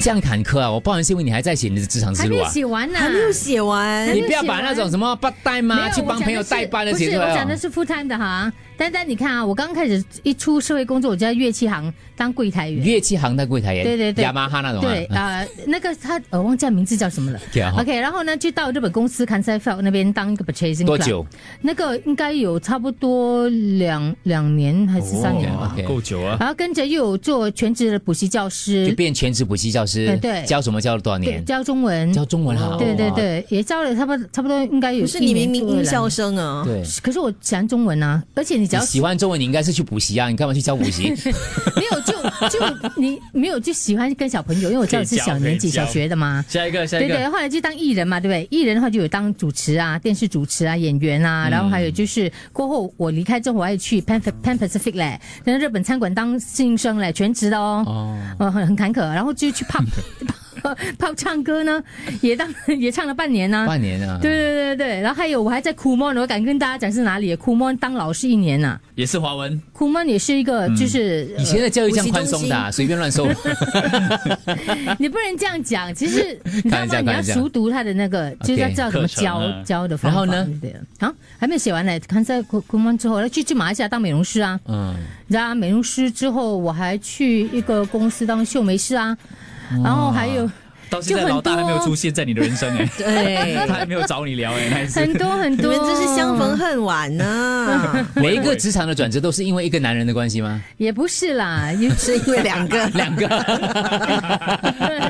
这样坎坷啊！我不好意思，因为你还在写你的职场之还没路有啊。写完呢、还没有写完还没你有不要写把那完种什么 part time 没啊，有去我帮讲朋友的是代班的不是写出我来讲的哦。是 full time 的哈。丹丹，你看啊，我刚开始一出社会工作，我就在乐器行当柜台员。乐器行的柜台员，对对对雅马哈那种啊。啊对，呃，那个他呃忘记他名字叫什么了。然后 OK，然后呢，就到日本公司 Kansai f e l d 那边当一个 purchasing。多？久？那个应该有差不多两两年还是三年吧。 OK 够久啊！然后跟着又有做全职的补习教就师，变全职补习教师对，对教什么教了多少对年？教中文，教中文啊，对对哇，对，也教了差不多差不多应该有可一是年多了。你明明音效生啊，对。可是我喜欢中文啊，而且你只你要喜欢中文，你应该是去补习啊，你干嘛去教补 习？没有就就你没有就喜欢跟小朋友，因为我知道你是小年纪可以教小学的嘛。下一个，下一对对，个，后来就当艺人嘛，对不对？艺人的话就有当主持啊、电视主持啊、演员啊，嗯然后还有就是过后我离开之后，我还去 Pan Pan Pacific 嘞，在日本餐馆当侍应生嘞，全职的哦，呃，很很坎坷，然后 就去 pub pub 唱歌呢，也当 也唱了半年呢、半年啊，对对对对，然后还有我还在 Kumon，我敢跟大家讲是哪里？Kumon 当老师一年呐、也是华文，库曼也是一个，就是、嗯以前的教育这样宽松的啊，随便乱收。 呃你不能这样讲。其实 你知道看一吗？下你看要一下熟读他的那个，就是要知道怎么课程教啊教的方法。然后呢对的？啊，还没有写完呢。看在库库曼之后，然后去去马来西亚当美容师啊。嗯，然后美容师之后，我还去一个公司当秀眉师啊。然后还有到现在就很老大还没有多啊出现在你的人生哎、对，他还没有找你聊哎、那一次很多很你多，们真是相逢恨晚啊呐，每一个职场的转折都是因为一个男人的关系吗？也不是 啦，有是因为 两个两个，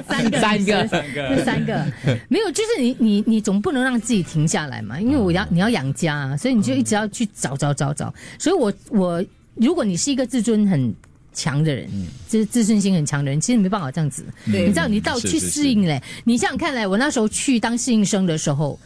三个，三个三个这三个没有，就是你你你总不能让自己停下来嘛，因为嗯我要你要养家、啊，所以你就一直要去找找找找。所以我我如果你是一个自尊很强的人，嗯就是自尊心很强的人，其实你没办法这样子，对你知道你到去适应嘞。你想想看嘞，我那时候去当适应生的时候，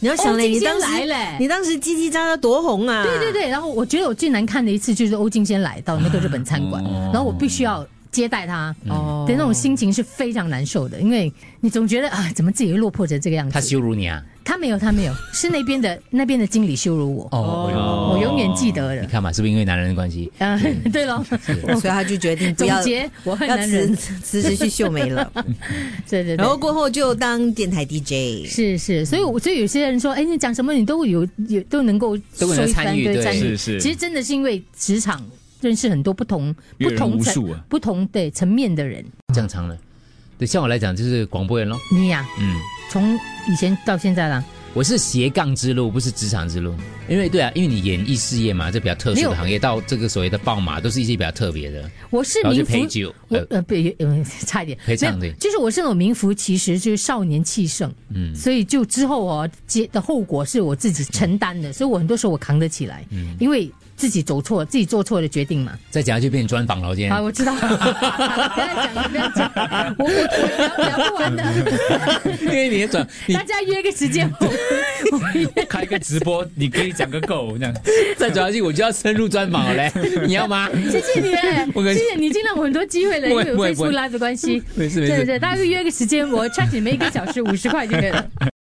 你要想嘞，欧你金当先时来嘞你当时叽叽喳喳多红啊！对对对，然后我觉得我最难看的一次就是欧金先来到那个日本餐馆，然后我必须要接待他。哦的那种心情是非常难受的，因为你总觉得啊，怎么自己落魄成这个样子？他羞辱你啊！他没有，他没有，是那边的那边的经理羞辱我，哦，我永远记得你了。看嘛，是不是因为男人的关系？嗯、 对喽，所以他就决定不总要结我恨要男辞人，辞职去秀美了， 对对对然。后过后就当电台 DJ。是是，所以我所以有些人说，哎，你讲什么你都有有都能够都能说一番参与对对参与，是是其实真的是因为职场认识很多不同阅不人同无层数啊不同对层面的人。正常的。对，像我来讲就是广播人咯。你呀、嗯，从以前到现在啦，我是斜杠之路，不是职场之路。因为对啊，因为你演艺事业嘛，这比较特殊没有的行业，到这个所谓的爆马，都是一些比较特别的。我是然后就名副陪酒，我呃呃，不，呃 差一点，可以这样没有对就是我是那种名副其实，就是少年气盛，嗯，所以就之后哦，接的后果是我自己承担的，所以我很多时候我扛得起来，嗯，因为自己走错，自己做错的决定嘛。再讲下去变专访了，今天啊，。我知道，不 要讲了，不要讲了，我我我聊聊不完的， 因为你的转， 你大家约个时间后，开个直播，你可以讲个够这样。再转下去，我就要深入专访了 嘞，你要吗？ 谢谢你哎我跟，谢谢你已经让我很多机会了，因不会为有不会不 Facebook 会 Live 的关系，没事没对对事。对，大家约个时间，我 charge 你们一个小时五十块就可以了。